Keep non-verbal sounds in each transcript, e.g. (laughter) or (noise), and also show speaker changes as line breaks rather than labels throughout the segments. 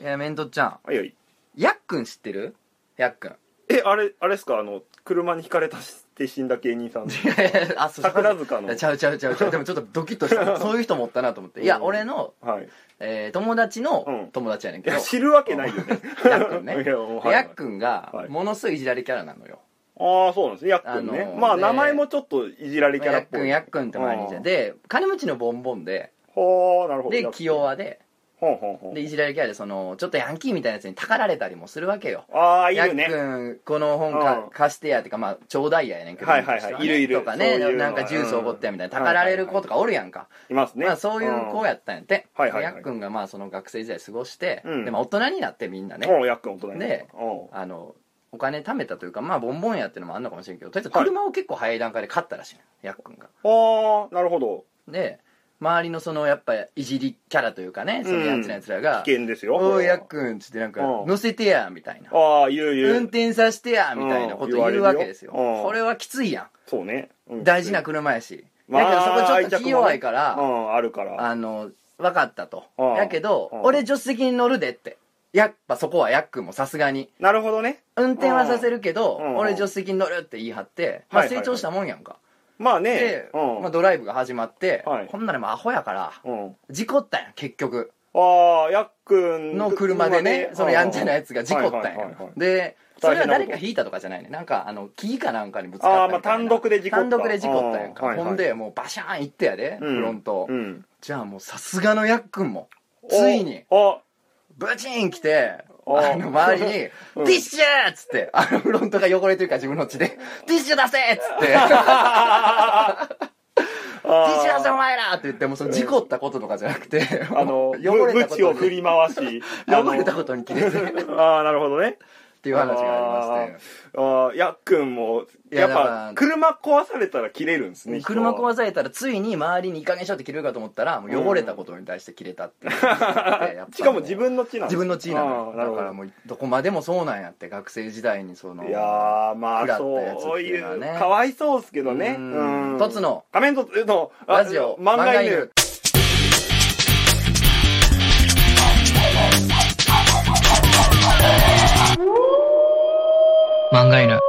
いやメントちゃん
はいはい
やっくん知ってるやっくん
えあれあれですかあの車にひかれたして死んだ芸
(laughs)
人さんの
あそう
桜塚の
いやちゃうちゃうちゃうちゃうでもちょっとドキッとした
(laughs)
そういう人もおったなと思っていや
うん
俺の、
はい
えー友達の
うん
友達やねん
い
けど、
や知るわけないよね
やっくんね
(laughs) いやもうはい
でやっくんが
はい
ものすごいいじられキャラなのよ、
ああそうなんですねやっくんね、
あのー
まあ
で
名前もちょっといじられキャ
や
ラっ
っ
ぽ
くん
い
やっくんって毎日
あー
で金持ちのボンボンで
ほーなるほど
で
やっくん
気弱で
ほんほんほん
でいじられキャラでそのちょっとヤンキーみたいなやつにたかられたりもするわけよ
ああい
やっ
る
く
ね
んこの本
う
か
ん
貸してやってかまあちょうだいややねんけど
はいはいはい
昔ね
いるいる
とか
そ
ね
ういうの
なんかジュースおごってやみたいなたかられる子とかおるやんか
いますね
まあそういう子やったんやって
うんはいはいはい
でやっくんがまあその学生時代過ごして
うん
でまあ大人になってみんな
ね
ね
うんやっくん大人になった
で
うん
あのお金貯めたというかまあボンボンやってのもあんのかもしれんけどとりあえず車を結構早い段階で買ったらしいのやっくんが
ああなるほど
で周りのそのやっぱいじりキャラというかねそのやつらやつらが
危険ですよ
おいやっくん」っつってなんか
う
「
ん
乗せてや」みたいな「
ああいるいる
運転させてや」みたいなこと言うわけですよ
うん言われるようん
これはきついや
そうね、うん
ん大事な車やし
まあ
だけどそこちょっと気弱いか
う
ら
んあるから
あの分かったと
うん
やけど
うん
俺助手席に乗るでってやっぱそこはやっくんもさすがに
なるほどね
運転はさせるけど
うん
俺助手席に乗るって言い張ってまあ
はいは
成
いはい
長したもんやんか
まあね
で
うん、
まあドライブが始まって
はい
ほんならもうアホやから
うん
事故ったんや結局
ああやっくん
の車でねそのやんちゃなやつが事故ったん
はいはいはい
や
はい
でそれは誰か引いたとかじゃないねなんかあの木かなんかにぶつかったみたいな
あーまあ単独で事故った
単独で事故ったやんか、
うんはいはい
ほんでもうバシャーン行ってやで、
うん
フロント、
うん
じゃあもうさすがのやっくんもついに
おあ
ブチーン来て
お
あの周りに「
(laughs) うん
ティッシュ!」っつってあのフロントが汚れてるから自分の血で
(laughs)
「ティッシュ出せ!」っつって「ティッ
あー
シュ出せお前ら!」って言ってもうその事故ったこととかじゃなくて
(laughs) あの
もう汚れ
ぶ
たこ
ぶちを
と
振
(laughs)
り
に
回し
汚れた
あの
ことに切れてっ
ああなるほどね
ていう話がありまして。
ああやっくんも
いや
やっ
だから
ぱ車壊されたら切れるんですね
車壊
さ
されたらついに周りにいい加減しようって切れるかと思ったらもう汚れたことに対して切れた
(laughs)
っていう、やっぱ
しかも自分の血なん
自分の地位なのよ
だ
だからもうどこまでもそうなんやって学生時代にその
いやーま
食らっ
あ
たやつって
そう
い
いう
のはね
うかわいそうっすけどね
うん
うん
凸の
仮面凸のあ
ラジオ
漫画犬
漫画犬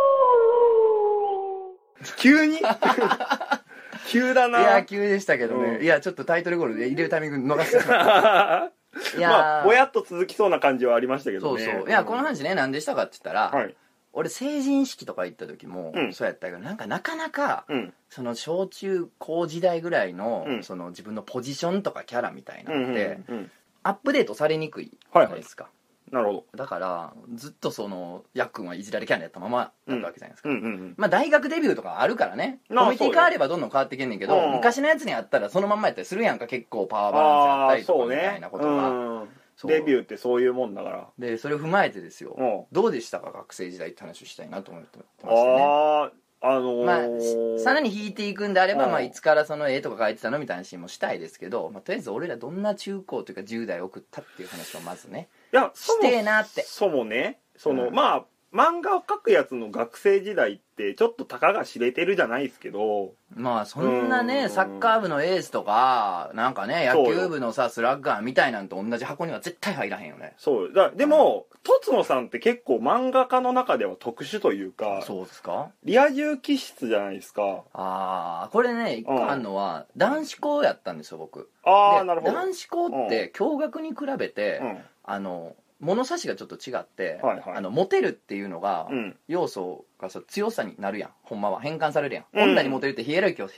急に (laughs) 急だ
いや
な
急でしたけどね、
うん
いやちょっとタイトルゴールで入れるタイミング逃して
(laughs)
たいやー、
まあぼやっと続きそうな感じはありましたけ
そ
ど
う
ね
そういやこの話ね何でしたかって言ったら、
はい
俺成人式とか行った時も
うん
そうやったけど、なんかなかなか
うん
その小中高時代ぐらいの,、
うん
その自分のポジションとかキャラみたいな
うんう
のっ
ん
て、
うん
アップデートされにくいじ
は
ゃ
い
な
はいい
ですか、
なるほど
だからずっとそのやっくんはいじられキャラやったままだったわけじゃないですか、
うんうんうん
まあ大学デビューとかあるからねコミ
なあ
ュニティ変わればどんどん変わっていけんねんけど、
うん
昔のやつにあったらそのまんまやったりするやんか結構パワーバ
あ
ラ
あ
ンスやったり
ー
と
そ
か
う
みたい
ね
なことが、
うん
そう
デビューってそういうもんだから
でそれを踏まえてですよ、
うん
どうでしたか学生時代って話をしたいなと思ってましたね
あああの
まあ、しさら
に
に引いていくんであれば、
うん
まあ、いつからその絵とか描いてたのみたいなシーンもしたいですけど、まあ、とりあえず俺らどんな中高というか10代送ったっていう話をまずね
いやそ
し
も
てえなって
そもねその、
うん
まあ漫画を描くやつの学生時代ってちょっとたかが知れてるじゃないですけど
まあそんな
う
ね
ん
サッカー部のエースとかなんかね野
そうよ
球部のさスラッガーみたいなんと同じ箱には絶対入らへんよね
そうだでも、とつのさんって結構漫画家の中では特殊というか
そうですか
リア充気質じゃないですか
ああこれね一個あんのは男子校やったんですよ僕
ああ
で
なるほど、
男子校って共学に比べて、
うん
あの物差しがちょっと違って、
はいはい
あのモテるっていうのが、
うん、
要素がさ強さになるやんほんまは変換されるやん、
うん
女にモテるってヒエラルキーを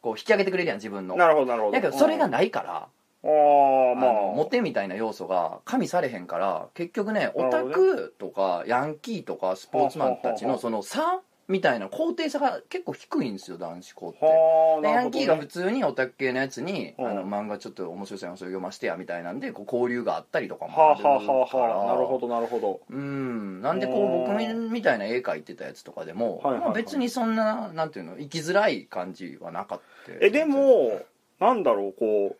こう引き上げてくれるやん自分の
なるほどなるほど
だけどそれが
うん
ないから、
あー
あ
まあ
のモテみたいな要素が加味されへんから結局ね
な
オ
るほど
タ
ね
クとかヤンキーとかスポーツマンたち
ははは
の
は
その差みたいな肯定差が結構低いんですよ男子校って。
はあ
で
な
ヤ
るほ
ン
ど
キー
ね
が普通にオタク系のやつに「あ
うん
の漫画ちょっと面白そうやなそれ読ましてや」みたいなんでこう交流があったりとかも
はあ
ある
は
から、
あはあはあなるほどなるほど
うんなんでこう
お
僕
ー
みたいな絵描いてたやつとかでも、
はいはいはい
まあ、別にそんななんていうの生きづらい感じはなかった
えでもなんだろうこう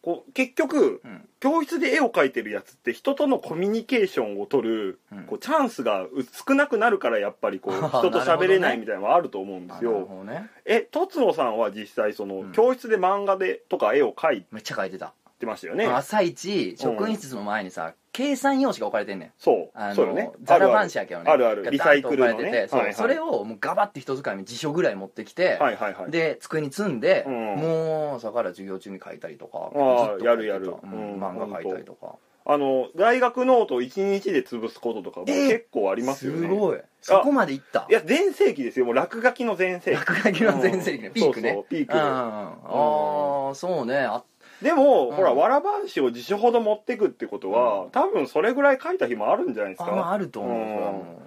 こう結局
うん
教室で絵を描いてるやつって人とのコミュニケーションを取る、
うん
こうチャンスが少なくなるからやっぱ
(laughs)
りこう
なるほ
人
どね
と喋れないみたいなのはあると思うんで
あ
す
なる
よ。
ほどね
えとつのさんは実際その、
ん
教室で漫画でとか絵を描い
めっちゃ描いてた、
てましたよね。
朝一職員室の前にさ、計算用紙が置かれてんねん
そう
あ
そうよね
のザラ
あるあ
バ
る
ンシやけどね
あるある
が
リサイクルの
ダ
ね
ーンと置かれててそう
はいはい
それをもうガバって人使いに辞書ぐらい持ってきて、
はいはいはい
で机に積んで、
うん
もう朝から授業中に書いたりとか
あー
ずっと書いてた
やるやる
うん
うん
漫画書いたりとか
あの大学ノートを1日で潰すこととかも
えー
結構ありますよ
す
ね、
ごいそこまでいった
いや全盛期ですよもう落書きの全盛期
落書きの全盛期ね
うん
ピークね
そうそうピーク
うんああそうねあ
でも、
うん
ほらわらばんしを辞書ほど持ってくってことは、
うん
多分それぐらい書いた日もあるんじゃないです
あ
か、
まああると思う
う
そ
ん
れはも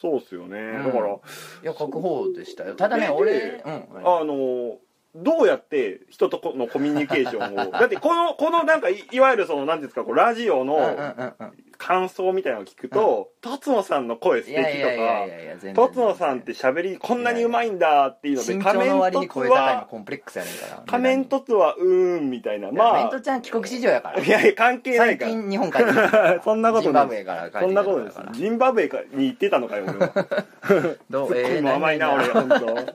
そうっすよね、
ん
だから
ういや書く方でしたよただね
で
俺うん
あのどうやって人とこのコミュニケーション
(laughs)
をだってこのこのなんかいいわゆるその何ですかこうラジオ
うんうんうん
の
うん
感想みたいなのを聞くと「とつのさんの声素
い
敵と
やいやいやい
か
やいや全然
「とつのさんって喋りこんなにうまいんだ」っていうので
身
仮
長の
面
割
と
に
つ
声高いの
は
コンプレックスやねんから
仮面とつはうーんみたいな
まあメ
ま
ントちゃん帰国子女やか
あ
ら
いやいや関係ない
最
から
近日本帰ってきたから
(laughs) そんなことない
ジンバブエから帰って
そん
き
な
た
ことで
か
す
ら
ジンバブエかに行ってたのかよ俺はツ
どう
ッコ
え
ミ
ー
も甘いな
何
俺
々
本当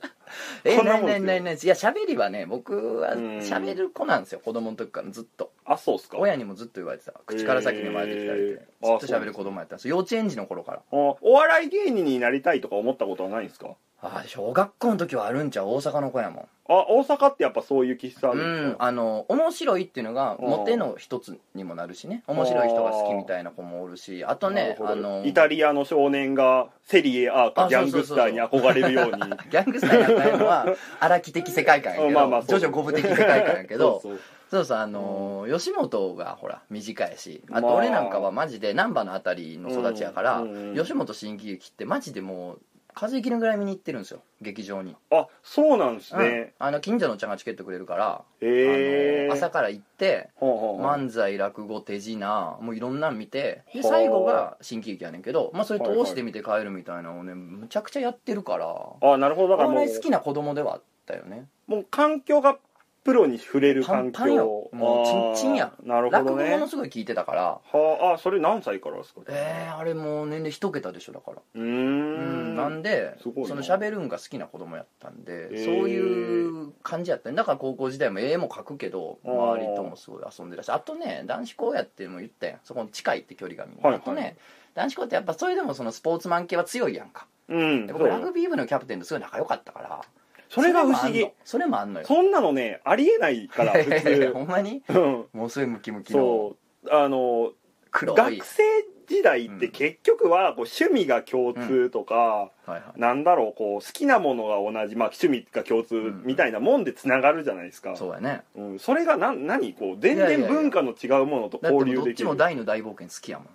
え
こん
ー
な
ない
もんです
な
よ
いないないいや喋りはね僕は
うん
喋る子なんですよ子供の時からずっと
あそうっすか
親にもずっと言われてた口から先に生まれてきたりって
えーあ
ずっと喋る子供やったんです幼稚園児の頃から
あお笑い芸人になりたいとか思ったことはないんですか
ああ小学校の時はあるんちゃう大阪の子やもん
あ大阪ってやっぱそういう喫茶あ
う
るんで
ん
すか
あの面白いっていうのが
うん
モテの一つにもなるしね面白い人が好きみたいな子もおるしあとね
な
あ
るほど
の
イタリアの少年がセリエ A か
あ
ギ
そ
ャ
う
ン
そう
グ
そう
スターに憧れるように
ギャングスターやったの (laughs) は荒木的世界観やけど、
まあまあそう
徐々五部的世界観やけど
そうそう
(laughs) そうそうあのー吉本がほら短いしあ
まあ
と俺なんかはマジで難波のあたりの育ちやから、
うんうんうん
吉本新喜劇ってマジでもう風切るぐらい見に行ってるんですよ劇場に、
あそうなんです
うん
ね、
あの近所のおっちゃんがチケットくれるから、
へえ
あのー朝から行って
ほうほうほう
漫才落語手品もういろんなん見てで
ほう
最後が新喜劇やねんけど、まあ、それ通して見て帰るみたいなのをねむちゃくちゃやってるから
あなるほどだ
お
からも
笑い好き
う
な子供ではあったよね
もう環境がプロに触れる
パ
環
ン
境
パンよもう
あー
チンチンや
なる
落
ほど
語
ね
ものすごい聞いてたから
はああそれ何歳からですか
えー、あれもう年齢一桁でしょだから
うー
うん
ん
なんです
ごいな
その喋るんが好きな子供やったんで、
えー
そういう感じやったねだから高校時代も絵も描くけど
あー
周りともすごい遊んでたしあとね男子校やっても言ったやんそこに近いって距離がみんな、
はいはい
あとね男子校ってやっぱそれでもそのスポーツマン系は強いやんか
うん
で
そ
僕
う
ラグビー部のキャプテンとすごい仲良かったから
それが不思
それもあん
議
のそれもあんのよ
そんなのねありえないから
(laughs) い
普
やいやいや
通
ほんまに
うん
もうすごいムキムキの
そうあの
黒い
学生時代って結局はこう趣味が共通とか、
はいはい
なんだろうこう好きなものが同じ、まあ、趣味が共通みたいなもんでつながるじゃないですか、
そうやね
うんそれがな何こう全
いやいやい
然
や
文化の違うものと
だっても
交
う
流
どっ
でき
ち
る
も大の大冒険好きやもん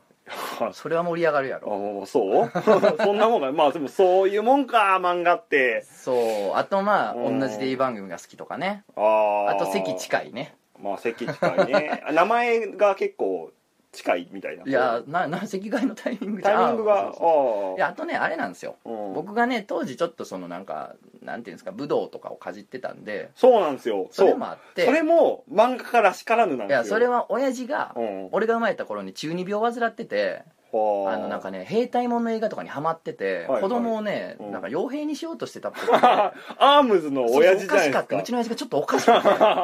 それは盛り上がるやろ
あそう (laughs) そんなもんがまあでもそういうもんか漫画って
そうあとまあ
うん
同じテレビ番組が好きとかね
ああ
あと席近いね
まあ席近いね (laughs) あ名前が結構近いみたいない
やな (laughs) な席替えのタイミングじ
タ
ゃ
イミング
あ
があ
そうそうそういやあとねあれなんですよ
あうん
僕がね当時ちょっとそのなんかなんていうんですか武道とかをかじってたんで
そうなんですよ
それ
う
もあって
それも漫画家らしからぬなん
い
ですよ
やそれは親父が
うん
俺が生まれた頃に中二病患ってて
はあ
あのなんかね兵隊もんの映画とかにハマってて
はいはい
子供をね
うん
なんか傭兵にしようとしてたっぽく
(laughs) アームズの
て
親父
お
じゃな
か
い
し
で
かっ
す
た
か
うちの親父がちょっとおかしかった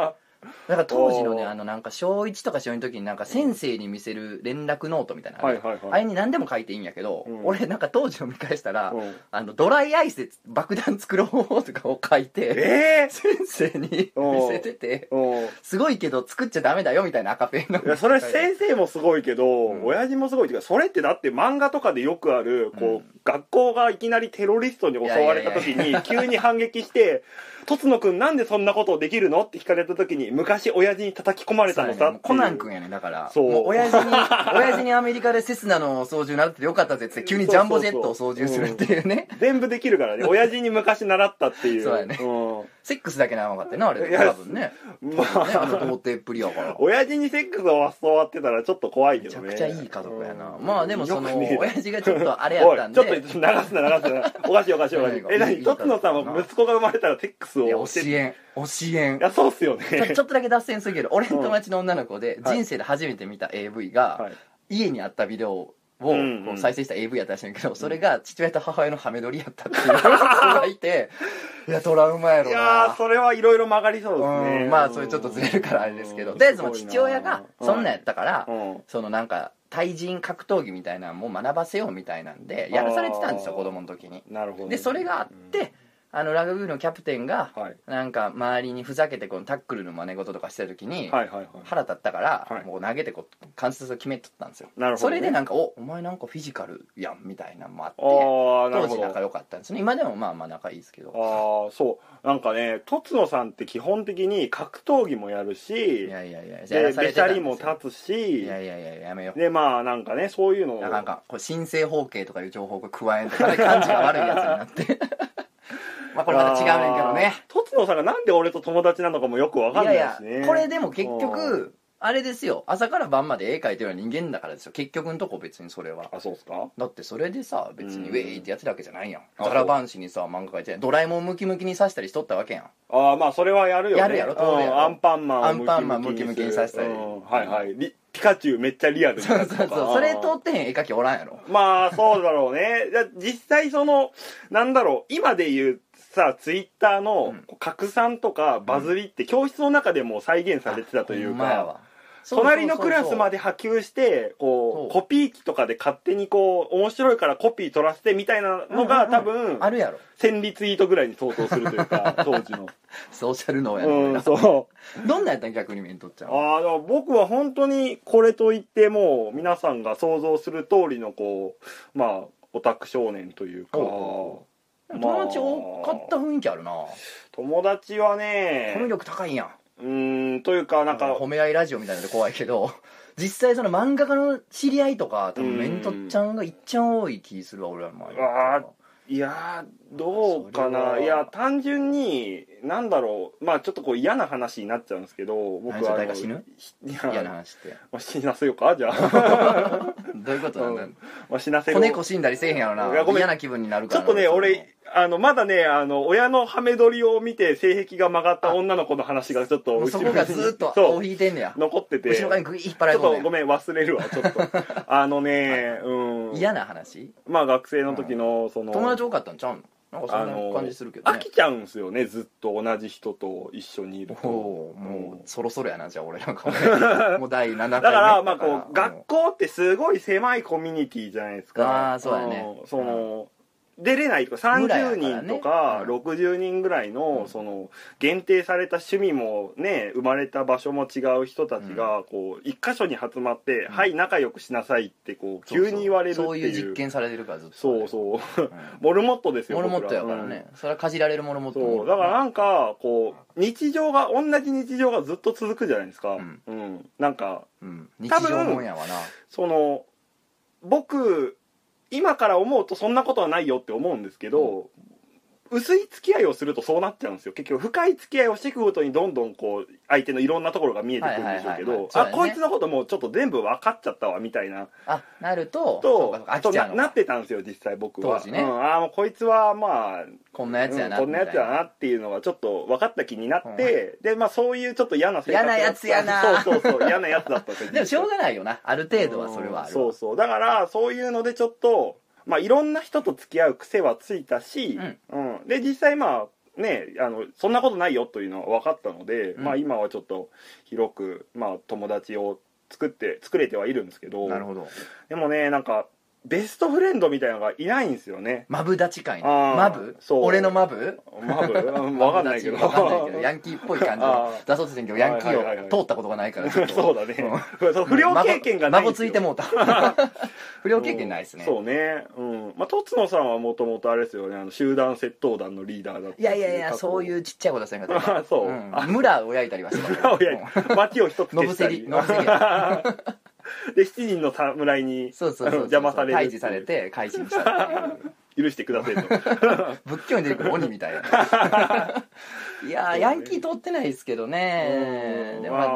なんか当時のね
おー
あのなんか小1とか小2の時になんか先生に見せる連絡ノートみたいなのあ
はい
る、
はい
あ
は
れ
い、
に何でも書いていいんやけど、
うん
俺なんか当時を見返したら、
うん
あのドライアイスで爆弾作ろうとかを書いて
ええ
先生に
おー
見せてて
うん
すごいけど作っちゃダメだよみたいな赤ペンの
いやそれ
書いて
先生もすごいけど、
ん
親父もすごいけどそれってだって漫画とかでよくあるこう、学校がいきなりテロリストに襲われた時に急に反撃して (laughs) 「とつのくんなんでそんなことできるの?」って聞かれた時に昔親父に叩き込まれた
そ
の
うや
さ
ねもうコ
っていう
ナン君やねだから
そう
もう親
(laughs)
父に親父にアメリカでセスナの操縦習っててよかったぜっつって急にジャンボジェットを操縦するっていうね
全部できるからね親父に昔習ったってい
(laughs)
う
そうやね
う
セックスだけなのかったよなあ
い
れ
や
多分ね
ん、
多
ま
分ねあの
あ
童貞っぷりや
(laughs)
から
親父にセックスを教わってたらちょっと怖いけ
めち
ど
ゃ
ね
くちゃいい家族やな、
うん
まあでもその
よくねえな
親父がちょっとあれや
お
っ
い
たん
ちょっと流
です
な流すなおかしいおかしいおかしい
何が
え
い
何
い
とつのさんは息子が生まれたらセックスを
いや
教
教
えてい
えん教えん
やそうっすよ
ちょちょっ
ね
とだけ脱線するけど俺の友達の女の子で
んはい
人生で初めて見た AV が、
はい
家にあったビデオを
うんうん
こう再生した AV やったらしいんだけど、それが父親と母親のハメ撮りやったって
(laughs)
いう人がいていやトラウマやろ
い
な
やーそれはいろいろ曲がりそうです
う
ね
んまあそれちょっとずれるからあれですけど
うん
とりあえずもう父親がそんなんやったから、
うん
そのなんか対人格闘技みたいなのも学ばせようみたいなんでやらされてたんですよ
あー
子供の時に
なるほど
でそれがあって、あのラグビー部のキャプテンが
うんはい
なんか周りにふざけてこのタックルの真似事とかしてる時に
はいはいはい
腹立ったから、
はい
もう投げてこう関節を決めとったんですよ
なるほど
そ
ね
れでなんか「おお前なんかフィジカルやん」みたいなのもあって
ああな
当
るほ
時
ど
仲良かったんですね今でもまあまあ仲いいですけど
ああそうなんかねとつのさんって基本的に格闘技もやる
い
し
やいやいやや
で
らされて
べちゃ
たんで
りも
すよ
立つし
いやいやいややめよう
でまあなんかねそういうのを
なかなかこれ申請方形とかいう情報が加えんとかね感じが悪いやつになって (laughs) まあこれまた違うねんけどね
とつのさんがなんで俺と友達なのかもよくわかん
い
な
や
い
い
し
や
ね
これでも結
う
局あれですよ朝から晩まで絵描いてるような人間だからですよ結局のとこ別にそれは
あそうっすか
だってそれでさ別に
う
ウ
ん
ェイってやってるわけじゃないやん
そう
ザラバンシにさ漫画描いてドラえもんムキムキに刺したりしとったわけやん
ああまあそれはやるよね
やるやろ当然やろ
うんアンパンマンを
アンパンマンムキムキにさせたり
うんはいはいリピカチュウめっちゃリアルに
そ
や
う
つと
そ
か
うそうそれ通ってへん絵描きおらんやろ
まあそうだろうねじゃあ実際そのなんだろう今で言うさツイッターの
うん
こう拡散とかバズりって教室の中でも再現されてたという
ほんまや
か
わ
隣のクラスま
で
で波及してこう
そう
コピー機とかで勝手にこう面白いからコピー取らせてみたいなのが多分
あるやろ
千里ツイートぐらいに相当するというか当時の
ソーシャル能やな
うんそう
どんなんやったん逆に目に取っちゃう
ああでも僕は本当にこれといってもう皆さんが想像する通りのこうまあオタク少年というか
お
まあ
友達多かった雰囲気あるなコ
友達は
ミュ
ね
力高いやん
うーんというかなんか
褒め合いラジオみたいなので怖いけど実際その漫画家の知り合いとか多分メントちゃんがいっちゃん多い気するわ俺らの周り
うわーいやーどうか
それ
な
はい
や単純になんだろうまあちょっとこう嫌な話になっちゃうんですけど僕はあの
誰か死ぬ
いや
嫌な話って
まあ死なせようかじゃ
(laughs)
あ、
どういうことなんだ
まあ、死なせ
子
よう
猫死んだりせえへんやろ
いやご
な
めん
嫌な気分になるか
ちょ
ら
っ
な
とね、
それも
俺、あの、まだね、あの、親のハメ撮りを見て、性癖が曲がった女の子の話がちょっと、
もうそこがずっと
(laughs) そ
尾
う
を、引いてんねや
残ってて、
後ろ側に
ち
グイッ引っ張ら
ょ
れ
っ
とん
と
ね
ごめん、忘れるわ、ちょっと。
(laughs)
あのね、うん。
嫌な話
まあ、学生の時の、その、
友達多かったんちゃうのなんかそんな感じするけど
飽
ね
きちゃうんすよね、ずっと同じ人と一緒にいる
お
と。
おもうそろそろやなじゃあ俺なんかもうもう第7回目
だから、まあ、こう、
ん
学校ってすごい狭いコミュニティじゃないですか。
あーそうだね
んその、出れないとか
村やから
30
ね
人とか
うん
60人ぐらい
う
の、
ん
その限定された趣味もね生まれた場所も違う人たちがこう一箇所に集まって「
うん
はい仲良くしなさい」ってこう
そうそう
急に言われるっていう
そういう実験されてるからずっと
そう
う、
そう
ん
モルモットですよ
モルモッ
僕
トやからね、それはかじられるモルモット
そうだからなんかこう日常が同じ日常がずっと続くじゃないですか、
うん
うんなんか
うん、日
多分
常もんやわな
その僕今から思うとそんなことはないよって思うんですけど、薄い付き合いをするとそうなっちゃうんですよ結局深い付き合いをしていくごとにどんどんこう相手のいろんなところが見えてくるんでしょうけ
はいはいはいは
ど
いそう
あ
だね
こいつのこともうちょっと全部分かっちゃったわみたいな
あなるとそうかそ
と
うか飽
と
きちゃ
な
うの
なっ
か
てたんですよ実際僕は
当時ね
うん、ああもうこいつはまあ
こんなやつやな、
うんこんなやつや
み
なっていうのがちょっと分かった気になって、でまあそういうちょっと嫌な性格
嫌なやつやな
そうそうそう嫌なやつだったんです
たい
よ
なでもしょうがないよなある程度はそれはあ
うん
る
そうそうだからそういうのでちょっとまあいろんな人と付き合う癖はついたし、うんで実際まあねあのそんなことないよというのは分かったので、
うん
まあ今はちょっと広くまあ友達を作って作れてはいるんですけど
なるほど
でもねなんかベストフレンドみたいなのがいないんですよ
(laughs)
ね
マブダチかいな
あー
マブ
そう
俺のマブ
マブ、うん、分かんないけど
マブダチわかん
(laughs)
ないけどヤンキーっぽい感じ
あ
を
ー
出そうとしてんけどヤンキ
はいはいはいは
ー
い
を通ったことがないからちょっと
(laughs) そうだね、そう不良経験がないん
孫
で
つ
すよ
いてもうた
(laughs)
不良経験ないですね
そうねうんまあとつのさんはもともとあれですよねあの集団窃盗団のリーダーだった
いやいやいやそういううちっちゃいことはせんかった
あ (laughs) そう
うん
あ
村を焼いたりはしてた
いや街を一つ (laughs) 消し
(laughs)
たり
のぶせりのぶせりや
(laughs) で七人の侍に
そうそうそうそう
邪魔される
退治されて改心したっていう
許してくだ
(laughs)
さいと
仏教に出てくる鬼みたいないやーヤンキー通ってないですけどね
うん
でもまあ
ま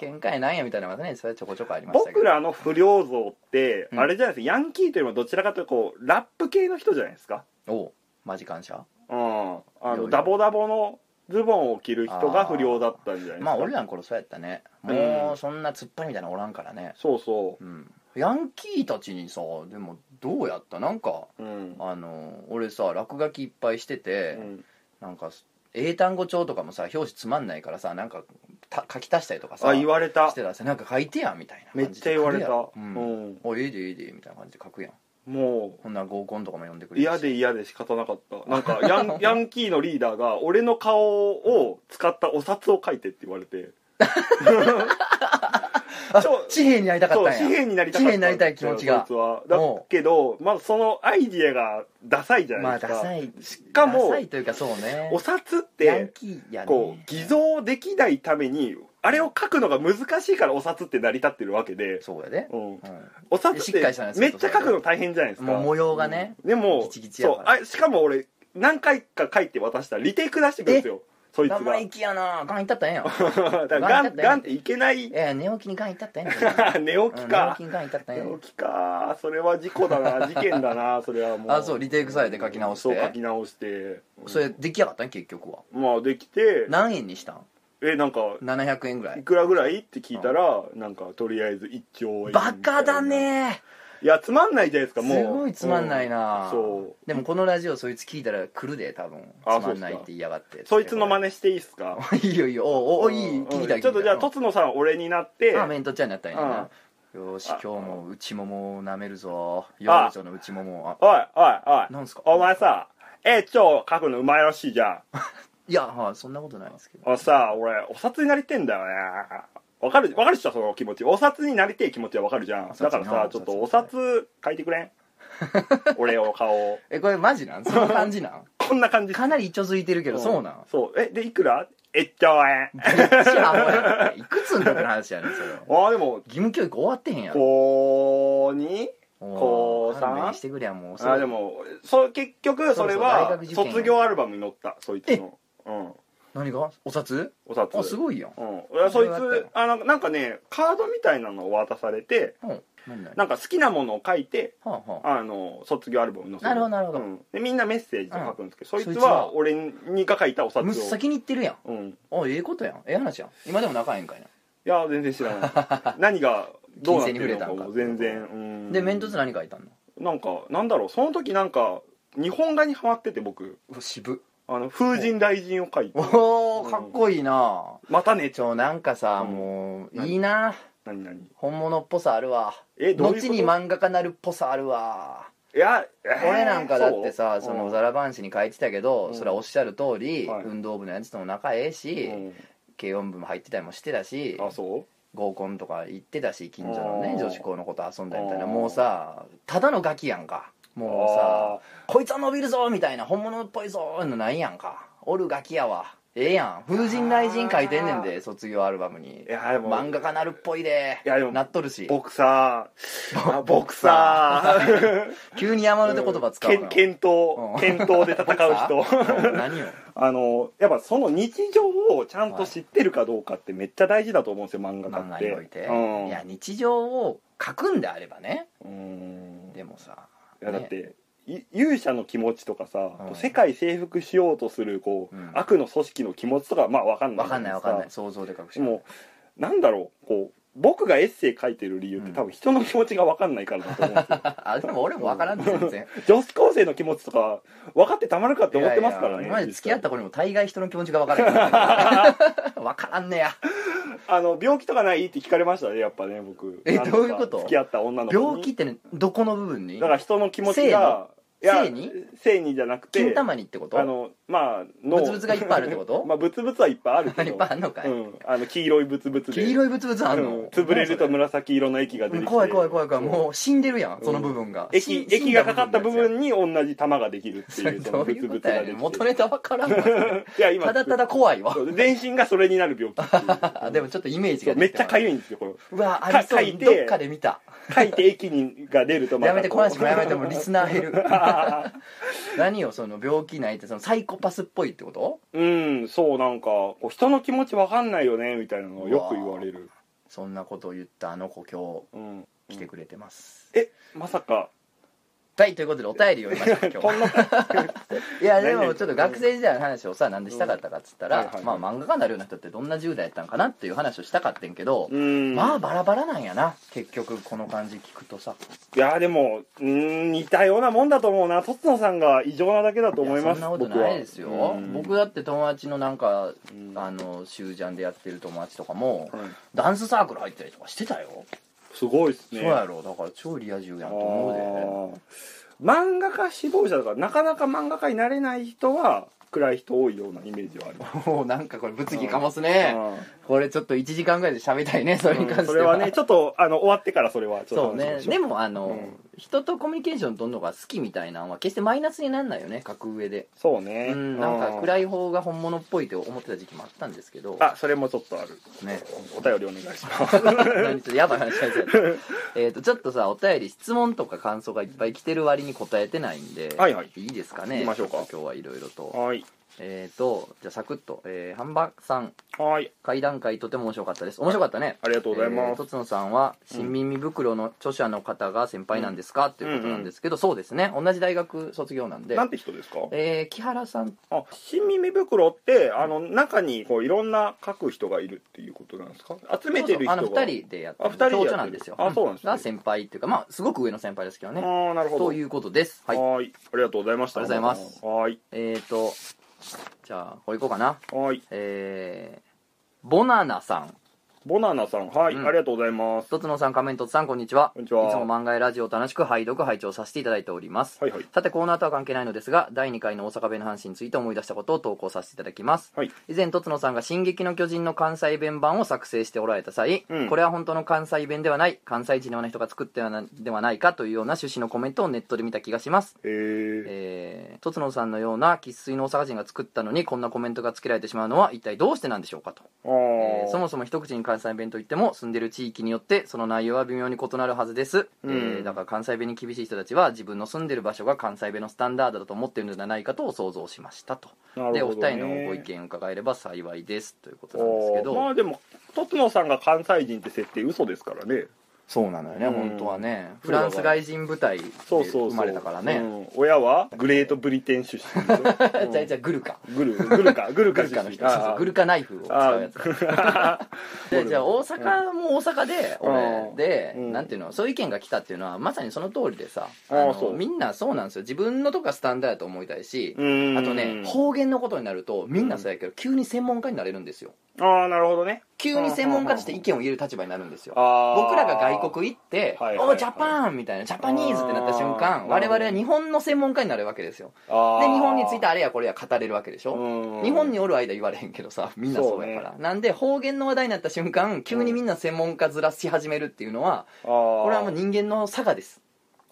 あ
喧嘩やなんやみたいなのはねそれはちょこちょこありましたけど
僕らの不良像って
うん
あれじゃないですか、ヤンキーというのはどちらかというとこうラップ系の人じゃないですか
おうマジ感謝
うん
い
あ
ろい
の
ろ
ダボダボのズボンを着る人が不良だったんじゃないですか
まあ俺らの頃そうやったねもうそんな突っ張りみたいなのおらんからね
そうそ
うんヤンキーたちにさでもどうやったなんか
ううん、
あの俺さ落書きいっぱいしてて、
うん
なんか英単語帳とかもさ表紙つまんないからさなんかた書き足したりとかさ
あ言われた
してたらさなんか書いてやみたいな
めっ
感じ
ちゃ
で
言われた、
書く
う
やん
ん
うんおいいでいいでみたいな感じで書くやん
も
こんな合コンとかも呼んでく
う
れるし
嫌で嫌で仕方なかっ
(laughs)
たなんかヤンヤンキーのリーダーが俺の顔を使ったお札を書いてって言われて
あ
そう
紙幣になりたか
そ
っ
う
たんや
紙幣になりたかっ
紙
た
幣になりたい気持ちが
そいつはだけどまあそのアイディアがダサいじゃ
ま
な
あ
いで
ダ
すか、
サい
しかも
ダサいというかそうね
お札っ
ヤン
て
キーやね
こう偽造できないためにあれを書くのが難しいからお札って成り立ってるわけで、
そうやで、
うん、
う
お札っ
してっかりしたやつ
めっちゃ書くの大変じゃないですか
もう模様がね
うんでも
ギチギチや
そ
か
う
ら
あしかも俺何回か書いて渡したらリテイク出してくるんですよそ
ん、
いつが
生意気や (laughs) なガン行ったったらええやん
(laughs) だからガンガンっていけない寝
ええ寝起きにガン行ったったら (laughs) ええやん
起きか
うん、寝起きにガン行ったったら (laughs) ええや
寝
ん
起きかそれは事故だ
(laughs)
な事件だなそれはもう
あそうリテイクされて書き直して
そう書き直して
それ出来上がったん結局は
まあできて
何円にしたん
えなんか
700円ぐら
い
(laughs) い
くらぐらいって聞いたら、なんかとりあえず1兆円みたいな
バカだね
いやつまんないじゃないですか
す
もう
ごいつまんない
うん
な、
そう
でもこのラジオそいつ聞いたら来るで多分つ
あ
まんないって言いやがって
そいつの真似していいっすか
(laughs) いいよいいよおうおうおういい
うん
聞いた聞いた
ちょっとじゃあとつのさん俺になって
あメントちゃんになったんやな、よーし
あ
今日も内ももを舐めるぞ幼女の内ももをあ
おいおいおい
なんすか
お前さ絵超描くのうまいらしいじゃん
いや、はい、そんなことないですけど
あさ俺お札になりてんだよねわかるわかるっしょその気持ちお札になりてえ気持ちはわかるじゃん
お札
だから
な
さちょっと
お
お
札
札描いてくれん俺の顔を
えこれマジなんその感じ
(laughs)
なん
こんな感じ
かなりイチョづいてるけど
ん
そうなん
そうえでいくら1兆円
一番アホやんいくつの時の話やねんそれは
ああでも
義務教育終わってへんやろ
こうに
もう
高三
勘弁してくれやもう遅い
あでもそう結局それは
そうそう大学受験
卒業アルバムに載ったそいつのうん
何がお札
お札
あすごいやん
うん、俺はそい
それはあっ
つあのなんかねカードみたいなのを渡されて
うん何何は
なんか好きなものを書いて
あは
あの卒業アルバムに載せ
なるほどなるほど
うんでみんなメッセージを書くんですけど、
うん
そ
そ
いつ
いつは
は俺にが書いたお
あ
札
むっ
を
先に言ってるやん
うんい
あええことやんええ話やん今でも仲ええんかいな
や全然知らない
(laughs)
何がどうなってる
金銭に触れ
のかも
たのか
全然うん
で面とつ何書いたんの
なんかなんだろうその時なんか日本画にハマってて僕
うわ渋
あの風神雷神を書いて
おーかっこいいな
またねち
ち
ょ
ょなんかさ
うん
もう
何
いいな
何何
本物っぽさあるわ
えどういうこと
後に漫画家なるっぽさあるわ
いや
俺なんかだってさその
ざ
ザラバン誌に書いてたけど
うん
それはおっしゃる通り
はい
運動部のやつとも仲ええ
う
し
ん
軽音部も入ってたりもしてたし
あそう
合コンとか行ってたし近所のね
うん
女子校の子と遊んだりみたいな
うん
もうさただのガキやんかもうさこいつは伸びるぞみたいな本物っぽいぞのないやんかおるガキやわええやん風神雷神書いてんねんで卒業アルバムに
いやでも
漫画家なるっぽいで
いやでも
なっとるし
僕さあ僕さ
(laughs) 急に山の手言葉使うのよ
検
うん
討検討で戦う人 (laughs)
うん何よ
あのやっぱその日常をちゃんと知ってるかどうかってめっちゃ大事だと思うんですよ漫画
漫
家
画に
って
おいて
うん
いや日常を書くんであればね
うん
でもさ
いやだ
ね
って、い勇者の気持ちとかさ、
うん
世界征服しようとするこう、
うん
悪の組織の気持ちとかまあ分かんない
わかんないわかんない
さ
想像で書くし
でもなんだろうこう僕がエッセイ書いてる理由って、
うん
多分人の気持ちが分かんないからだと思うんですよ
あでも俺もわからんで全然
(laughs) 女子高生の気持ちとか分かってたまるかって思ってますから
いやいや
ね
今まで
実際
付き合った子にも大概人の気持ちがわから
(laughs)
んわからんねや
あの病気とかないって聞かれましたねやっぱね僕
え
なんか
どういうこと
付き合った女の子に
病気ってねどこの部分に
だから人の気持ち
性
が
の
いや
性に
性にじゃなくて
金玉にってこと
あのまあ脳
ブツブツがいっぱいあるってこと
(laughs) まあブツブツはいっぱいあるけど
(laughs) いっぱいあんのかい
うん、あの黄色いブツブツで
黄色いブツブツあん
うん
の
潰れると
何
紫色の液が
そ
出て
れ
きて
怖い怖い怖い怖い
そう
もう死んでるやん
うん
その部分が
液
死
液がかかった部
に
分に同じ玉ができるって
(laughs) そ
い
れ
うそ
ど
の
う
ブ
い
ツ
うこ
ブツ
とや
がで
ねん
きて
元ネタわからんわそれ
(laughs) いや今
ただただ怖いわ
そう全身がそれになる病気っていう
あでもちょっとイメージ
そ
が
うめっちゃか
い
ゆいんですよこ
うわありそう
か書いて
どっかで見た
れ書いて液にが出るとまた
やめてこの
う
話もやめてもうリスナー減る
(laughs)
何よその病気ないってそのサイコパスっぽいってこと
うんそうなんかこう人の気持ちわかんないよねみたいなのをよく言われる、
そんなことを言ったあの子今
うん、
日来てくれてます
えまさか
はいということでお便りを読みました今日
こん
は (laughs)
な
いやで
何
も
々
ちょっと学生時代の話をさ何でしたかったかっつった
はい
ら
はい
ま
は
あ
い
漫画家になるような人ってどんな10代やったんかなっていう話をしたかってんけど
うん
まあバラバラなんやな結局この感じ聞くとさ
いやでもうん似たようなもんだと思うなとつのさんが異常なだけだと思います
やそんなことないです
僕は
よ
うん
僕だって友達のなんか
うん
あのシュージャンでやってる友達とかも
はい
ダンスサークル入ったりとかしてたよ
すごいです
そ
ね
うやろだから超リア充やんと思う
あー漫画家志望者だからなかなか漫画家になれない人は暗い人多いようなイメージはありま
で
す
(laughs) もうなんかこれ物議かますねこれちょっと1時間ぐらいで喋りたいねそれに
う
関して
んそ
は
れはねちょっとあの終わってからそれはちょ
そ
っ
う
と話し
ね
ましょ
でもあの、
うん
人とコミュニケーション取るのが好きみたいなのは決してマイナスにならないよね書く上で、
そうね
うん、なんか
い
暗い方が本物っぽいって思ってた時期もあったんですけど
あそれもちょっとある
ね
お便りお願いします
(laughs) 何ちょっとやばい話しちゃった
(laughs)
えーとちょっとさお便り質問とか感想がいっぱい来てる割に答えてないんで、
はいはい
いですかね
行きましょうか
ちっと今日はいろいろと
はい
えっ、とじゃあサクッと、えー、ハンバさん
はい
会談会とても面白かったです面白かったね
ありがとうござい
え
ま
ーと
す、
つのさんは新耳袋の著者の方が先輩なんですか、ということなんですけど、そうですね同じ大学卒業なんで
なんて人ですか
えー木原さん
あ新耳袋ってあの中にこういろんな書く人がいるっていうことなんですか集めてる人が
あの2人でやって
あ二人でやってる
長女なんですよ
あそうなんですね
が先輩っていうかまあすごく上の先輩ですけど
あ
ね
ーなるほど
ということです
は
はいい
ありがとうございました
ありがとうございます
はい
えーとじゃあこれいこうかな
はい
えーボナナさん
ボナナさんはい、
うん
ありがとうございます
とつのさん仮面とつさんこんにちは
こんにちはい
つも漫画やラジオを楽しく拝読拝聴させていただいております
はいはい
さてコーナーとは関係ないのですが第2回の大阪弁の話について思い出したことを投稿させていただきます
はい
以前とつのさんが「進撃の巨人」の関西弁版を作成しておられた際、
うん
これは本当の関西弁ではない関西人のような人が作ってはなではないかというような趣旨のコメントをネットで見た気がします
えー、
えーとつのさんのような生粋の大阪人が作ったのにこんなコメントがつけられてしまうのは一体どうしてなんでしょうかと
あー
えーそもそも一口に関西弁といっても住んでる地域によってその内容は微妙に異なるはずです、
うん
えーだから関西弁に厳しい人たちは自分の住んでる場所が関西弁のスタンダードだと思っているのではないかと想像しましたと、
な
で
る
お
ほ
二
どね
人のご意見伺えれば幸いですということなんですけど、
あーまあでもとつのさんが関西人って設定嘘ですからね
そうなのよね、
うん
本当はねフランス外人部隊で
そうそうそう
生まれたからね、
うん親はグレートブリテン出身でしょ
(laughs) じゃあじゃあグルカ
グルグルカグル
グ
カ
ル
出
カの
身
人そうそうグルカナイフを使うやつでじゃあ大阪も大阪で
う
俺
ん
で、
うん
なんていうのそういう意見が来たっていうのはまさにその通りでさ
あ
あ
ー
の
そう
みんなそうなんですよ自分のとこがスタンダードと思いたいし、
(laughs) う
(laughs)
ん
あとね方言のことになるとみんなそうやけど、急に専門家になれるんですよ
ああなるほどね
急に専門家として意見を言える立場になるんですよ
あー
僕らが外国行って「
はいはいはい
おジャパン!」みたいな「ジャパニーズ!」ってなった瞬
あー
間我々は日本の専門家になるわけですよ
あ
で
ー
日本についてあれやこれや語れるわけでしょ、
うん
日本におる間言われへんけどさみんなそうやから、なんで方言の話題になった瞬間急にみんな専門家ずらし始めるっていうのは、
あー
これはもう人間の差がです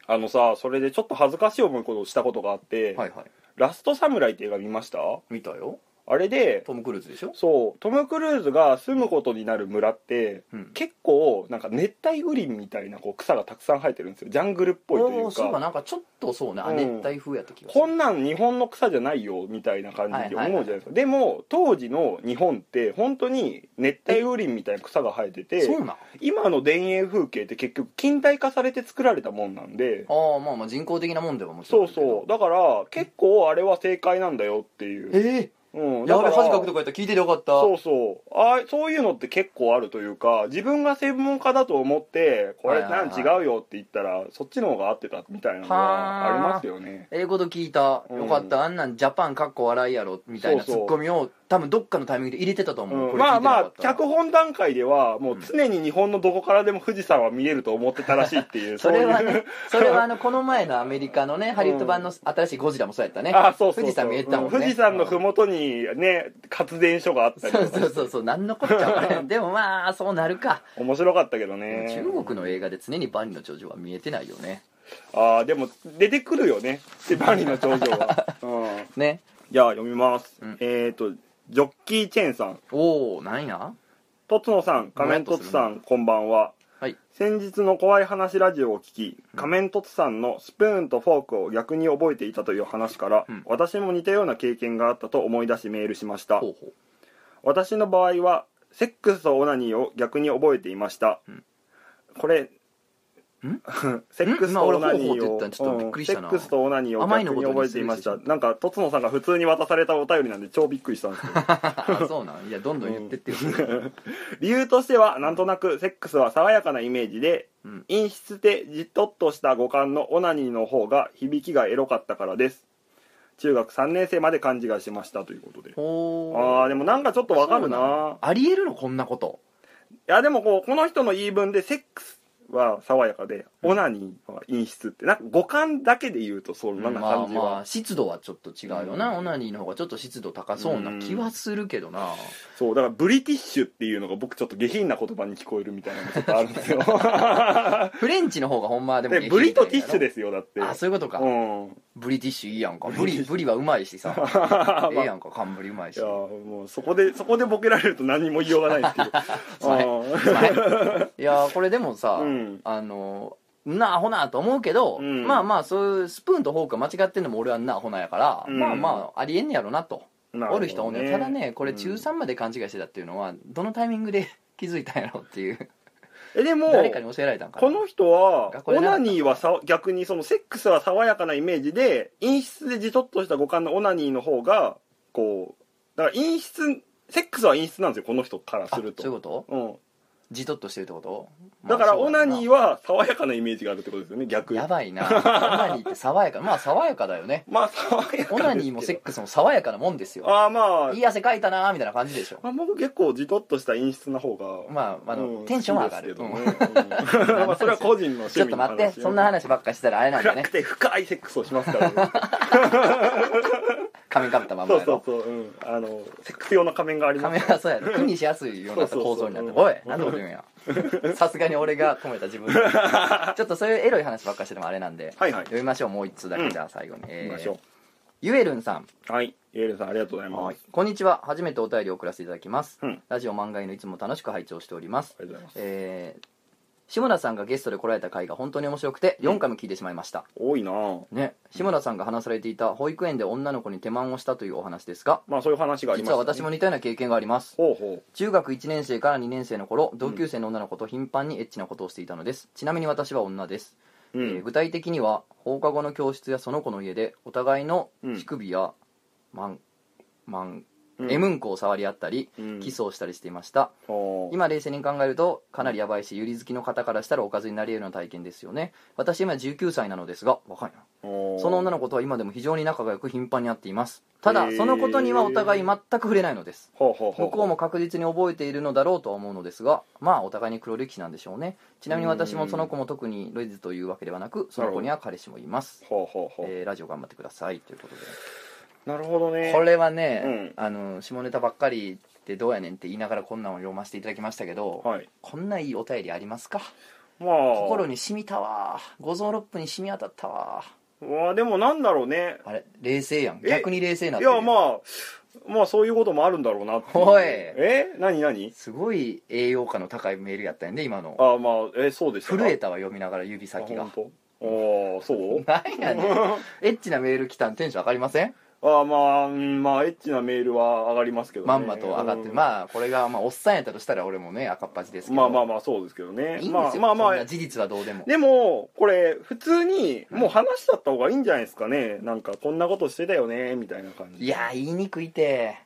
あのさそれでちょっと恥ずかしい思いをしたことがあって、
はいはい
ラストサムライって映画見ました
見たよ
あれで
トム・クルーズでしょ、
そうトム・クルーズが住むことになる村って
うん、
結構なんか熱帯雨林みたいなこう草がたくさん生えてるんですよジャングルっぽいとい
おー
う
そうか
か
なんかちょっとそうね、
うん
熱帯風やった気がす
こ
る
んなん日本の草じゃないよみたいな感じで
はいはい
思うじゃないですか、でも当時の日本って本当に熱帯雨林みたいな草が生えてて
そうなんあ
今の田園風景って結局近代化されて作られたもんなんで
あまあまあ人工的なもんではもちろ
そ
ん
うそうだから結構あれは正解なんだよっていう
ええ
うん、
やべ
だ
恥
から
かくとかやったら聞いててよかった
そうそうあーそういうのって結構あるというか自分が専門家だと思ってこ
は
れ
いはい
なん
はい
違うよって言ったらそっちの方が合ってたみたいなの
は
は
ー
ありますよね
英語と聞いた
うん
よかった、あんなんジャパンかっこ笑いやろみたいな
そ
ツ
うそう
ッコミを多分どっかのタイミングで入れてたと思う、
うん
これ
ま
聞
あ
いてな
ま
か
あ
ったら
脚本段階ではもう常に日本のどこからでも富士山は見れると思ってたらしいっていう
(laughs) それは
そう (laughs) いう
ね、それはあの、この前のアメリカのね、ハリウッド版の新しいゴジラもそうやったね。
あそうそうそう
富士山見えてたもんね。
う富士山のふもとにね発電所があったり
そう
とか
そうそうそう、なんのこっちゃわか
(laughs)
らへん。でもまあ、そうなるか。
面白かったけどね
中国の映画で常に万里の長城は見えてないよね。
ああでも出てくるよねバリの頂上は、
(laughs)
うん
ね。
じゃあ読みます、
うん
えっ、とジョッキー・チェンさん
おおなんや
とつのさん仮面とつさんこんばんは
はい。
先日の怖い話ラジオを聞き仮面とつさんのスプーンとフォークを逆に覚えていたという話から、
うん
私も似たような経験があったと思い出しメールしました
ほうほ
私の場合はセックスとオナニーを逆に覚えていました、
ん
これ (laughs) セックス
今
と
俺
オナニ
方法
ー
って言った
を
らちょっとびっくりしたな
うんセックスとオナニーを
甘
逆
いのこ
に
とに
覚えていました
失礼し
なんかとつのさんが普通に渡されたお便りなんで超びっくりしたんですけど
あそう (laughs) なんいやどんどん言ってってよ、
理由としてはなんとなくセックスは爽やかなイメージで
うん
陰湿でじっとっとした五感のオナニーの方が響きがエロかったからです中学3年生まで感じがしましたということで
ほー
あーでもなんかちょっとわか
そ
る
う
な
ありえるのこんなこと
いやでもこうこの人の言い分でセックスは爽やかでオナニーは陰湿ってなんか五感だけで言うとそんな
まあ
感じは、
まあ湿度はちょっと違うよな、
うん
オナニーの方がちょっと湿度高そうな気はするけどな、
そうだからブリティッシュっていうのが僕ちょっと下品な言葉に聞こえるみたいなのがちょっとあるんで
(laughs)
すよ
フレンチの方がほんまでも
でブリとティッシュ
す
ですよだって
あそういうことか、
うん
ブリティッシュいいやんかブリブリはうまい
(laughs)
しさええやんか冠うまい
い
し
やもうそこでそこでボケられると何にも言いようがないですけど
す (laughs) まへん
うん
いやーこれでもさ、
(laughs) うん
あのーなあほなと思うけど、
うん
まあまあそういうスプーンとフォークが間違ってんのも俺はなあほなやから、
うん
まあまあありえんねやろなと
なるほど
おる人はおんねんただねこれ中
うん
3まで勘違いしてたっていうのはどのタイミングで (laughs) 気づいたんやろっていう
えでも
誰かに教えられたんかな
この人は
学校で
オ
なかっ
ナ
た
ニーはさ逆にそのセックスは爽やかなイメージで陰湿でじとっとした五感のオナニーの方がこうだから陰湿セックスは陰湿なんですよこの人からする
あそうい
と
うことじとっとしてるってこと
うん、だからオナニー
は
は爽やかなイメージがあるってことですよね逆に
やばいなオナニーって爽やかまあ爽やかだよ
(laughs)
ね
まあ爽やかですけど
オナニーもセックスも爽やかなもんですよ
ああまあ
いい汗かいたなーみたいな感じでしょ
あ僕結構じとっとした陰湿な方が
まああの、
うん
テンションは上がる、
好
うん
きですけ
(laughs)
どねうんまあそれは個人の趣
ちょっ
味
と
の
待
話
ってそんな話ばっかしたらあれなんだ
暗
ね
くて深いセックスをしますからね
髪かぶったまんま
そう
や
そう
ろ
そう、うん、あのセックス用の仮面がありま
髪
す
はそうやろ苦にしやすいような構造になって
そうそう
お
そう
いなんてこと言うんやさすがに俺が止めた
(laughs)
自分でちょっとそういうエロい話ばっかしてもあれなんで
はいはい
読みましょうもう一通だけじゃあ最後に
行き
え
まし
ー
ょ
ゆえるんさん
うはいイエレンさんありがとうございます、
はいこんにちは初めてお便りを送らせていただきます
うん
ラジオ漫画のいつも楽しく拝聴しております
ありがとうございます
えー志村さんがゲストで来られた回が本当に面白くて4回も聞いてしまいました
多いなぁ
ね志村さんが話されていた保育園で女の子に手満をしたというお話ですが
まあそういう話がありま
実
す、
は私も似たような経験があります
ほうほ
中学1年生から2年生の頃同級生の女の子と頻繁にエッチなことをしていたのですちなみに私は女です、
う、う
えー
ん、
具体的には放課後の教室やその子の家でお互いの
うん
乳首やマンマン
うん
エムンコを触り合ったり
うん
キスをしたりしていました
ほう
今冷静に考えるとかなりやばいしユリ好きの方からしたらおかずになり得るような体験ですよね私今19歳なのですが若いな
ほう
その女の子とは今でも非常に仲が良く頻繁に会っていますただ
へー
そのことにはお互い全く触れないのです
ほうほうほ
向こうも確実に覚えているのだろうとは思うのですがまあお互いに黒歴史なんでしょうねちなみに私もその子も特にロイズというわけではなくその子には彼氏もいます、
ほうほうほう、
えーラジオ頑張ってくださいということで、
なるほどね
これはね、
うん
あの下ネタばっかりってどうやねんって言いながらこんなんを読ませていただきましたけど、
はい
こんないいお便りありますか
まあ
心に染みたわ五臓六腑に染み当たったわ
まあでもなんだろうね
あれ冷静やん
え
逆に冷静になっ
い
てる
やまあまあそういうこともあるんだろうなってう
おい
え何何
すごい栄養価の高いメールやったんで今の
あまあえそうでした
震えたわ読みながら指
あ
先が
本当ああそう
(laughs) なんやねんエッチなメール来たんテンション上がりません
あーまあ、うんまあエッチなメールは上がりますけどね
まんまと上がって、
あ
まあこれがまあおっさんやったとしたら俺もね赤っ端ですけど
まあまあ
ま
まあそうですけどね
いいん
ま
で
あ
すよ、
まあま
そん
あ
な事実はどうでも
でもこれ普通にもう話しちゃった方がいいんじゃないですかねなんかこんなことしてたよねみたいな感じ
いや言いにくいて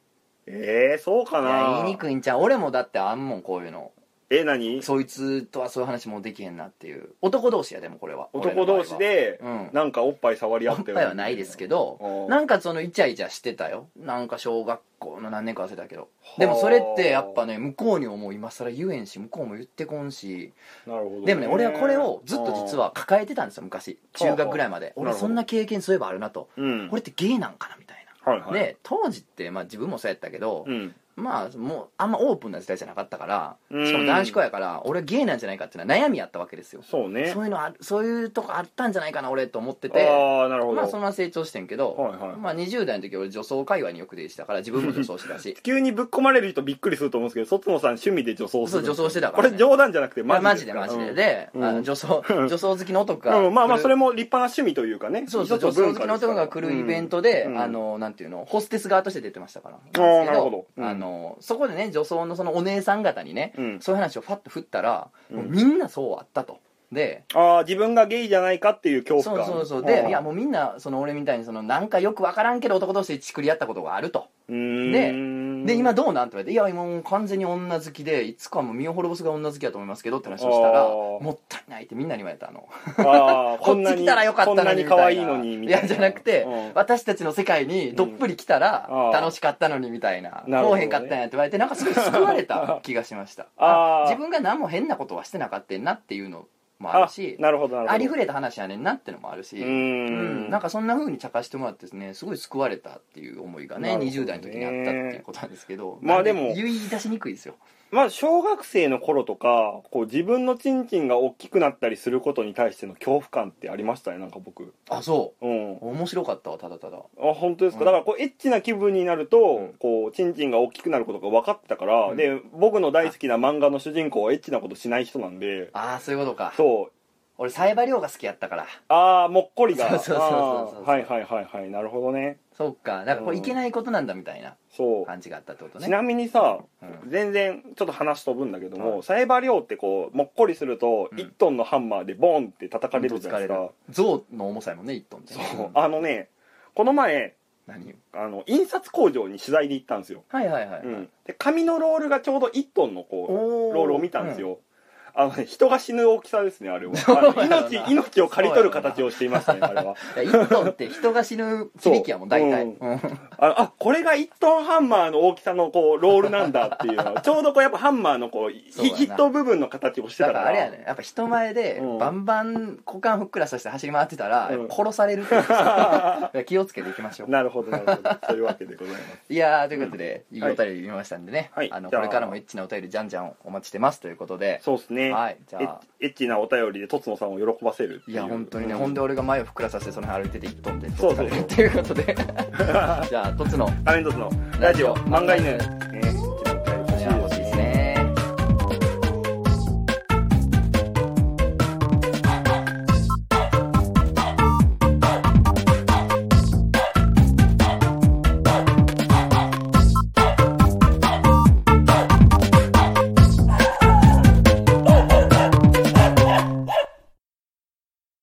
えー、そうか
い
な
や言いにくいんちゃう俺もだってあんもんこういうの
え何
そいつとはそういう話もできへんなっていう男同士やでもこれは
男同士で
俺の場合はうん
なんかおっぱい触り合
お
っ
った
よね
ぱいはないですけど
うん
なんかそのイチャイチャしてたよなんか小学校の何年か忘れたけど
はあ
でもそれってやっぱね向こうにももう今更言えんし向こうも言ってこんし
なるほどね、
でもね俺はこれをずっと実は抱えてたんですよ昔中学ぐらいまで
ほう
俺
なるほど
そんな経験そういえばあるなと
うん、うん
これってゲイなんかなみたい
はいは、
ないで当時ってまあ自分もそうやったけど
うん、
まあもうあんまオープンな時代じゃなかったから
うん
しかも男子校やから俺はゲイなんじゃないかっていうのは悩みやったわけですよ
そうね
そういうのあるそういうとこあったんじゃないかな俺と思ってて
ああなるほど、
まあそのまま成長してんけど
はいはい
まあ20代の時俺女装界隈によく出てきたから自分も女装してたし
急にぶっ込まれる人びっくりすると思うんですけど、そつのさん趣味で女装す
そう
る。
女装してたか
こ
らね
れ冗談じゃなくて
いや
マ
マ
ジ
ジ
で
です
から。
マジでで
うん
あの女装女装好きの男
う
が
んうんまあまあ
来
そ
る
れも立派な趣味というかね。
そうそう
一つ
女装
の文
好
化
きの
ですか
男
ら
が来るイベントで、
うん
あのなんていうのホステス側として出てましたからなんですけ
あーなるほどうん
あのそこでね女装のそのお姉さん方にね、
うん
そういう話をファッと振ったら、
うん
もうみんなそうあったとで
ああ自分がゲイじゃないかっていう恐
そ
怖
う
感
そうそう
あ
で
ー
いやもうみんなその俺みたいにそのなんかよくわからんけど男同士でチクり合ったことがあると
うーん
で今 (laughs) どうなんって言われて「いや今もう完全に女好きでいつかはもう身を滅ぼすが女好きだと思いますけど」って話をしたら
あ
「
ー
もったいない」ってみんなに言われたあの
あー
こ
こ
っ
ん
ち
な
来
に
たらよかった
こんな
のに
に
みたい
可
な
愛いのにみ
い
たい
やじゃなくて、
うん
私たちの世界にどっぷり来たら
うんあー
楽しかったのにみたいな
なる
こ
ほどね
うへんかったんやって言われてなんかすごい救われた気がしました
(laughs) あー
自分が何も変なことはしてなかったんなっていうのもあ
あ
るし
なるほどなるほど
ありふれた話やねんなってのもあるし
うー
うん
ん
なんかそんな風に茶化してもらってですねすごい救われたっていう思いがね
なるほどね
20代の時にあったっていうことなんですけど
まあでも
なん言い出しにくいですよ
まあ小学生の頃とかこう自分のチンチンが大きくなったりすることに対しての恐怖感ってありましたねなんか僕
あそ
うん
う面白かったわただただ
あ本当ですか、
うん
だからこうエッチな気分になると、
うん
こうチンチンが大きくなることが分かってたから、
うん
で僕の大好きな漫画の主人公はエッチなことしない人なんで
ああそういうことか
そう
俺サイバリョウが好きやったから
ああもっこりが
そうそうそうそうそう
あーはいはいはいはいなるほどね
そっかなんかこれいけないことなんだみたいな
そう、
感じがあったってことね
ちなみにさ、
う
全然ちょっと話飛ぶんだけども、
はい
サイバー量ってこうもっこりすると
うん
1トンのハンマーでボンって叩かれるじゃないですか、
象の重さやもんね1トンって
そう
あ
あのねこの前
何
あの印刷工場に取材で行ったんですよ、
はいはいはい、
うん、で紙のロールがちょうど1トンのこう
お
ロールを見たんです
う
よ、あのね、人が死ぬ大きさですねあれは
そうやろな
あの命命を刈り取る形をしていましたねあれはい
や1トンって人が死ぬ響きやもん
そう
大体、
うん
うん
ああこれが1トンハンマーの大きさのこうロールなんだっていう
(laughs)
のはちょうどこうやっぱハンマーのこうヒ
そうやな
ヒット部分の形をして
だ
た
か
からら
あれやねやっぱ人前で
うん
バンバン股間ふっくらさせて走り回ってたら
うん
殺されるっていう
(laughs)
さいや気をつけていきましょう
なるほどなるほどそういうわけでございます
いやーということで、いいお便り見ましたんでね、
はい
あのこ
じゃあ
れからもエッチなお便りじゃんじゃんお待ちしてますということで、
そうですね、
はいじゃ
エ
あ
ッエッチなお便りでとつのさんを喜ばせるって
いうや本当にね、
うん
ほんで俺が前をふっくらさせてその辺歩いてて一トンで (laughs)
そうそう (laughs)
ということでじゃあとつの
画面とつのラジオ漫画犬、えー